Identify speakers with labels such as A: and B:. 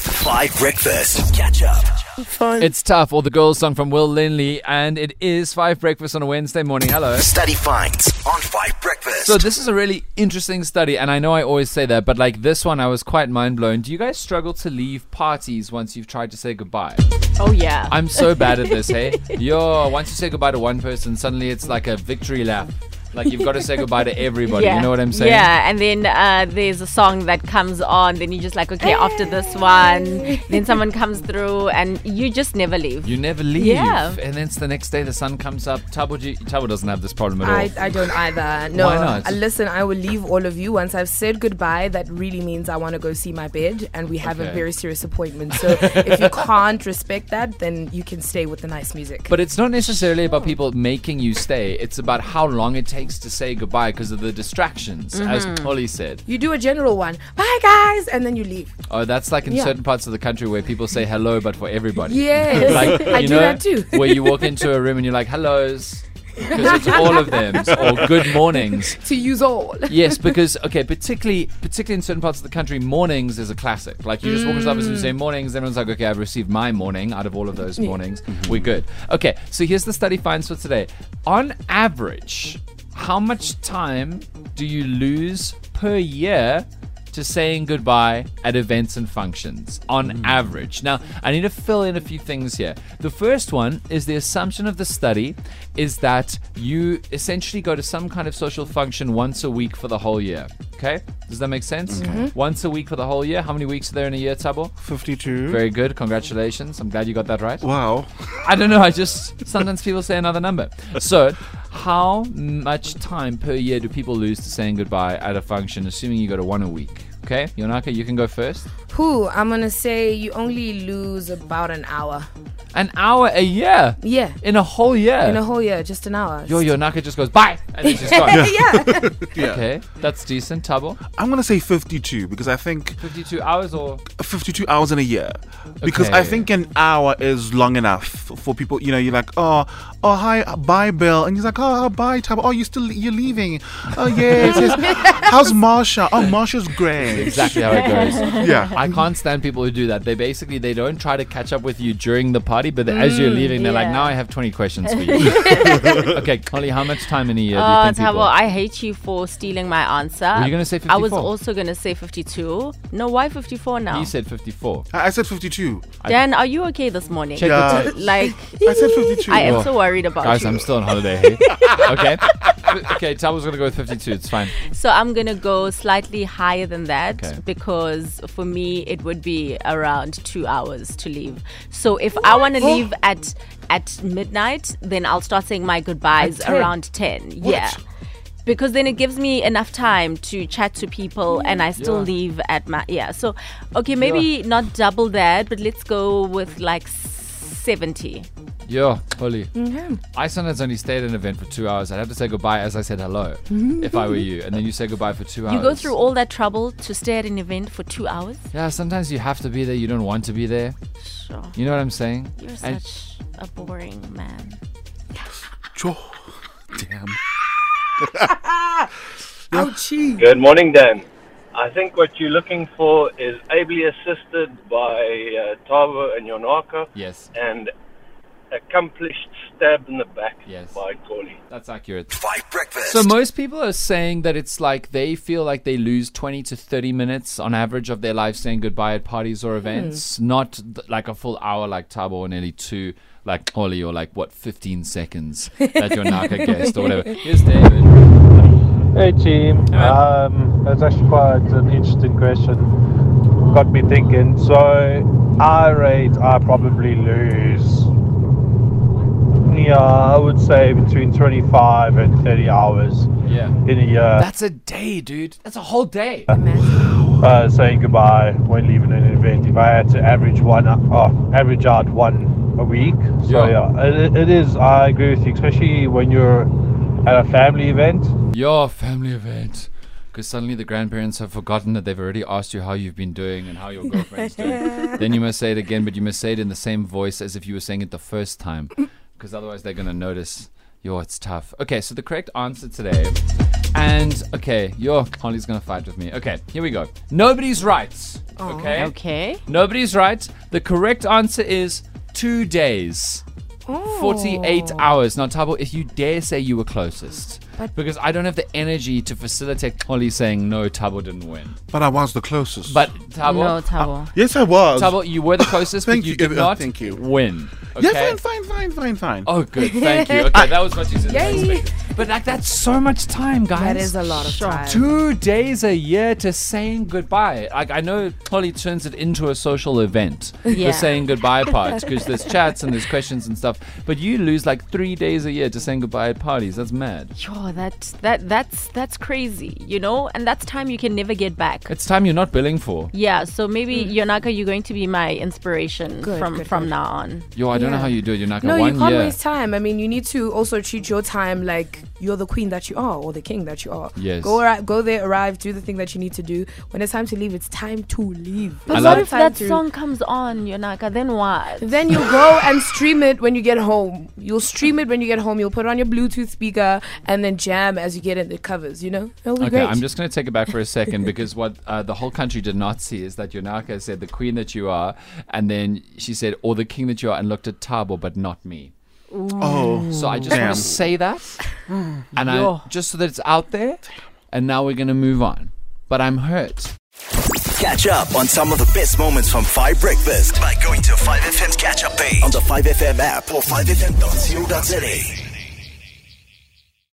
A: Five Breakfast. Catch up.
B: Fine.
C: It's tough. All the girls song from Will Linley, and it is five breakfast on a Wednesday morning. Hello.
A: Study finds on Five Breakfast.
C: So this is a really interesting study, and I know I always say that, but like this one, I was quite mind blown. Do you guys struggle to leave parties once you've tried to say goodbye?
D: Oh yeah.
C: I'm so bad at this. Hey, yo, once you say goodbye to one person, suddenly it's like a victory lap. Like you've got to say goodbye to everybody. You know what I'm saying?
D: Yeah, and then uh, there's a song that comes on. Then you're just like, okay, after this one. Then someone comes through, and you just never leave.
C: You never leave.
D: Yeah.
C: And then it's the next day, the sun comes up. Tabo, G- Tabo doesn't have this problem at all.
B: I, I don't either. No.
C: Why not?
B: Uh, Listen, I will leave all of you. Once I've said goodbye, that really means I want to go see my bed and we have
C: Okay.
B: a very serious appointment. So if you can't respect that, then you can stay with the nice music.
C: But it's not necessarily about people making you stay. It's about how long it takes to say goodbye because of the distractions, as
B: Mm-hmm.
C: Polly said.
B: you do a general one, bye guys, and then you leave.
C: Oh, that's like in
B: Yeah.
C: certain parts of the country where people say hello, but for everybody.
B: Yes.
C: Like,
B: I
C: you
B: do
C: know,
B: that too.
C: where you walk into a room and you're like, hellos, because it's all of them, or good mornings.
B: to use all.
C: Yes, because okay, particularly particularly in certain parts of the country, mornings is a classic. Like you just walk into the office and you say mornings, everyone's like, okay, I've received my morning out of all of those mornings. We're good. Okay, so here's the study finds for today. On average, how much time do you lose per year? To saying goodbye at events and functions on average. Now, I need to fill in a few things here. The first one is the assumption of the study is that you essentially go to some kind of social function once a week for the whole year. Okay? Does that make sense? Once a week for the whole year. How many weeks are there in a year, Tabo?
E: 52.
C: Very good. Congratulations. I'm glad you got that right.
E: wow.
C: I don't know. I just sometimes people say another number. So, how much time per year do people lose to saying goodbye at a function, assuming you go to one a week? Okay, Yonaka, you can go first.
B: Who? I'm gonna say you only lose about an hour.
C: An hour a year.
B: Yeah.
C: In a whole year.
B: In a whole year, just an hour.
C: Yo, Yonaka just goes bye, and then she's gone.
B: yeah.
C: Okay, that's decent. Tabo,
E: I'm going to say 52 because I think
C: fifty-two hours or
E: 52 hours in a year. Because I
C: Okay.
E: think an hour is long enough for people, you know, you're like, oh, oh, hi, bye, Bill. And he's like, oh, bye, Tab. Oh, you still, you're leaving. Oh, yes. yes. How's Marsha? Oh, Marsha's great.
C: exactly how it goes.
E: Yeah.
C: I can't stand people who do that. They basically they don't try to catch up with you during the party, but as
B: Mm,
C: you're leaving, they're like,
D: yeah.
C: "Now I have 20 questions for you." okay, Colly, how much time in a year do you
B: Uh,
D: Oh,
C: think people?
D: Tabo, I hate you for stealing my answer.
C: Were you gonna say
D: I was
C: 54?
D: also gonna say 52. No, why 54 now?
C: you said 54.
E: I I said 52.
D: Dan, are you okay this morning?
C: Check
E: Yeah.
C: the tape.
D: Like,
E: I said 52.
D: I am
C: Well,
D: so worried about
C: Guys,
D: you.
C: I'm still on holiday. Hey? okay. Okay, Tabo's gonna go with 52. It's fine.
D: So I'm gonna go slightly higher than that
C: Okay.
D: because for me it would be around two hours to leave. So if I want to leave at at midnight, then I'll start saying my goodbyes
C: At 10?
D: around ten. Yeah. Because then it gives me enough time to chat to people, and I still
C: Yeah.
D: leave at my yeah. So, okay, maybe not double that, but let's go with like seventy.
C: Yo, Holly.
D: Mm-hmm.
C: I sometimes only stay at an event for two hours. I'd have to say goodbye as I said hello if I were you, and then you say goodbye for two hours.
D: Mm-hmm. You go through all that trouble to stay at an event for two hours.
C: Yeah, sometimes you have to be there. You don't want to be there.
D: Sure.
C: You know what I'm saying?
D: You're
C: And-
D: such a boring man.
E: Cho- Damn.
B: Ouchie.
F: Good morning, Dan. I think what you're looking for is ably assisted by uh, Tavo and Yonaka
C: Yes.
F: and accomplished stab in the back
C: Yes.
F: by Corley.
C: That's accurate.
A: Five Breakfast.
C: So most people are saying that it's like they feel like they lose 20 to 30 minutes on average of their life saying goodbye at parties or events, not th- like a full hour like Tabo or nearly two like Oli or like what 15 seconds that your Naka guest or whatever. Here's David.
G: Hey team, um, that's actually quite an interesting question. Got me thinking. So, I rate I probably lose. Yeah, I would say between 25 and 30 hours
C: Yeah.
G: in a year
C: That's a day, dude. That's a whole day.
G: uh, saying goodbye when leaving an event. If I had to average one, oh, average out one a week. So
C: Yeah.
G: yeah, it, it is. I agree with you, especially when you're at a family event.
C: Your family event. Because suddenly the grandparents have forgotten that they've already asked you how you've been doing and how your girlfriend's doing. Then you must say it again, but you must say it in the same voice as if you were saying it the first time. Because otherwise they're going to notice. Yo, it's tough. Okay, so the correct answer today And okay, yo, Holly's gonna fight with me. Okay, here we go. Nobody's right. Okay.
D: Okay.
C: Nobody's right. The correct answer is two days. 48 hours. Now, Tabo, if you dare say you were closest, because I don't have the energy to facilitate Holly saying, no, Tabo didn't win.
E: But I was the closest.
C: But Tabo,
B: Ah.
D: No, Tabo.
E: yes, I was.
C: Tabo, you were the closest, but
E: Thank
C: you
E: you,
C: did
E: uh,
C: not
E: thank you.
C: win. Okay?
E: Yeah, fine, fine, fine, fine, fine.
C: Oh, good. Thank you. Okay, that was much easier than I
B: Yay.
C: expected. But like, that's so much time, guys.
B: That is a lot of time.
C: Two days a year to saying goodbye. Like I know Polly turns it into a social event,
D: Yeah.
C: the saying goodbye part, because there's chats and there's questions and stuff. But you lose like three days a year to saying goodbye at parties. That's mad.
D: Yo, that that that's that's crazy, you know? And that's time you can never get back.
C: It's time you're not billing for.
D: Yeah, so maybe Yonaka, you're going to be my inspiration
B: Mm. Good,
D: from
B: good,
D: from
B: good.
D: now on.
C: Yo, I don't know
B: Yeah.
C: how you do it. You're not
B: No,
C: gonna one
B: you can't
C: year.
B: waste time. I mean, you need to also treat your time like you're the queen that you are or the king that you are.
C: Yes.
B: Go arri- go there, arrive, do the thing that you need to do. When it's time to leave, it's time to leave.
C: I
D: But
C: love-
D: what if
B: Time
D: that
B: to-
D: song comes on, Yonaka? Then what?
B: Then you go and stream it when you get home. You'll stream it when you get home. You'll put it on your Bluetooth speaker and then jam as you get in the covers. You know, it'll be
C: Okay,
B: great.
C: I'm just going to take it back for a second because what uh, the whole country did not see is that Yonaka said the queen that you are, and then she said, or the king that you are, and looked at Tabo, but not me.
E: Oh,
C: So I just want
E: Damn.
C: to say that, and I,
D: Yo.
C: just so that it's out there, and now we're going to move on. But I'm hurt.
A: Catch up on some of the best moments from Five Breakfast by going to 5FM's catch up page on the 5FM app or 5FM.co.za.